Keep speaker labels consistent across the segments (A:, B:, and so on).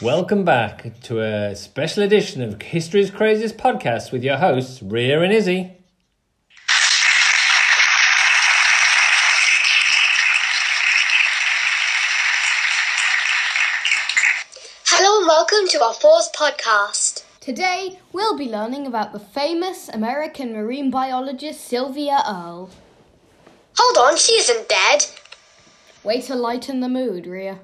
A: Welcome back to a special edition of History's Craziest Podcast with your hosts, Rhea and Izzy.
B: Hello and welcome to our fourth podcast.
C: Today, we'll be learning about the famous American marine biologist Sylvia Earle.
B: Hold on, she isn't dead.
C: Way to lighten the mood, Ria.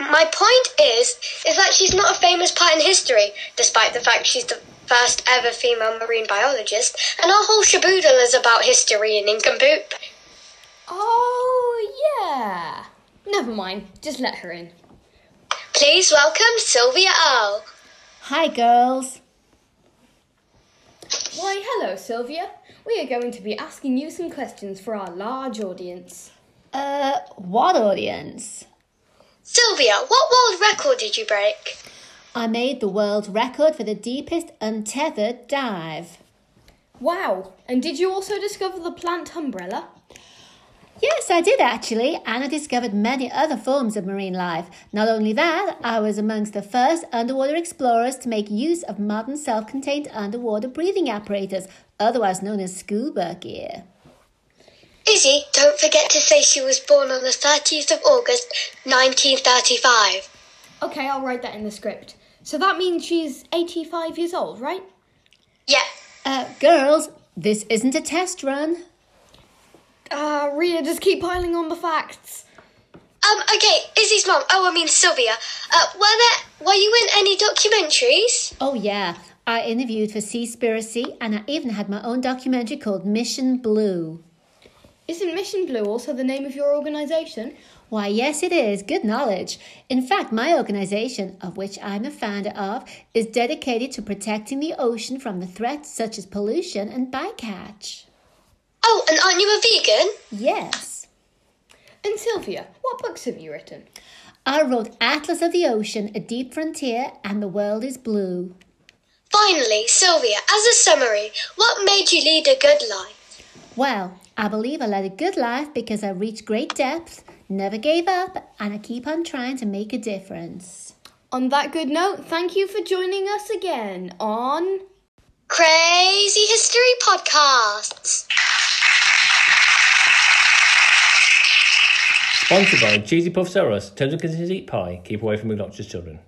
B: My point is, is that she's not a famous part in history, despite the fact she's the first ever female marine biologist, and our whole shaboodle is about history and nincompoop.
C: Oh, yeah. Never mind, just let her in.
B: Please welcome Sylvia Earle.
D: Hi, girls.
C: Why, hello, Sylvia. We are going to be asking you some questions for our large audience.
D: Uh, what audience?
B: Sylvia, what world record did you break?
D: I made the world record for the deepest untethered dive.
C: Wow, and did you also discover the plant umbrella?
D: Yes, I did actually, and I discovered many other forms of marine life. Not only that, I was amongst the first underwater explorers to make use of modern self contained underwater breathing apparatus, otherwise known as scuba gear.
B: Izzy, don't forget to say she was born on the 30th of August, 1935.
C: Okay, I'll write that in the script. So that means she's 85 years old, right?
B: Yep.
D: Uh, girls, this isn't a test run.
C: Uh, Ria, just keep piling on the facts.
B: Um, okay, Izzy's mom. Oh, I mean Sylvia. Uh, were there, were you in any documentaries?
D: Oh, yeah, I interviewed for Seaspiracy, and I even had my own documentary called Mission Blue.
C: Isn't Mission Blue also the name of your organisation?
D: Why, yes, it is. Good knowledge. In fact, my organization, of which I'm a founder of, is dedicated to protecting the ocean from the threats such as pollution and bycatch.
B: Oh, and aren't you a vegan?
D: Yes.
C: And Sylvia, what books have you written?
D: I wrote Atlas of the Ocean, A Deep Frontier, and The World is Blue.
B: Finally, Sylvia, as a summary, what made you lead a good life?
D: Well, I believe I led a good life because I reached great depths, never gave up, and I keep on trying to make a difference.
C: On that good note, thank you for joining us again on.
B: Crazy History Podcasts.
A: Sponsored by Cheesy Puffs R Us. Terms and conditions eat pie. Keep away from obnoxious children.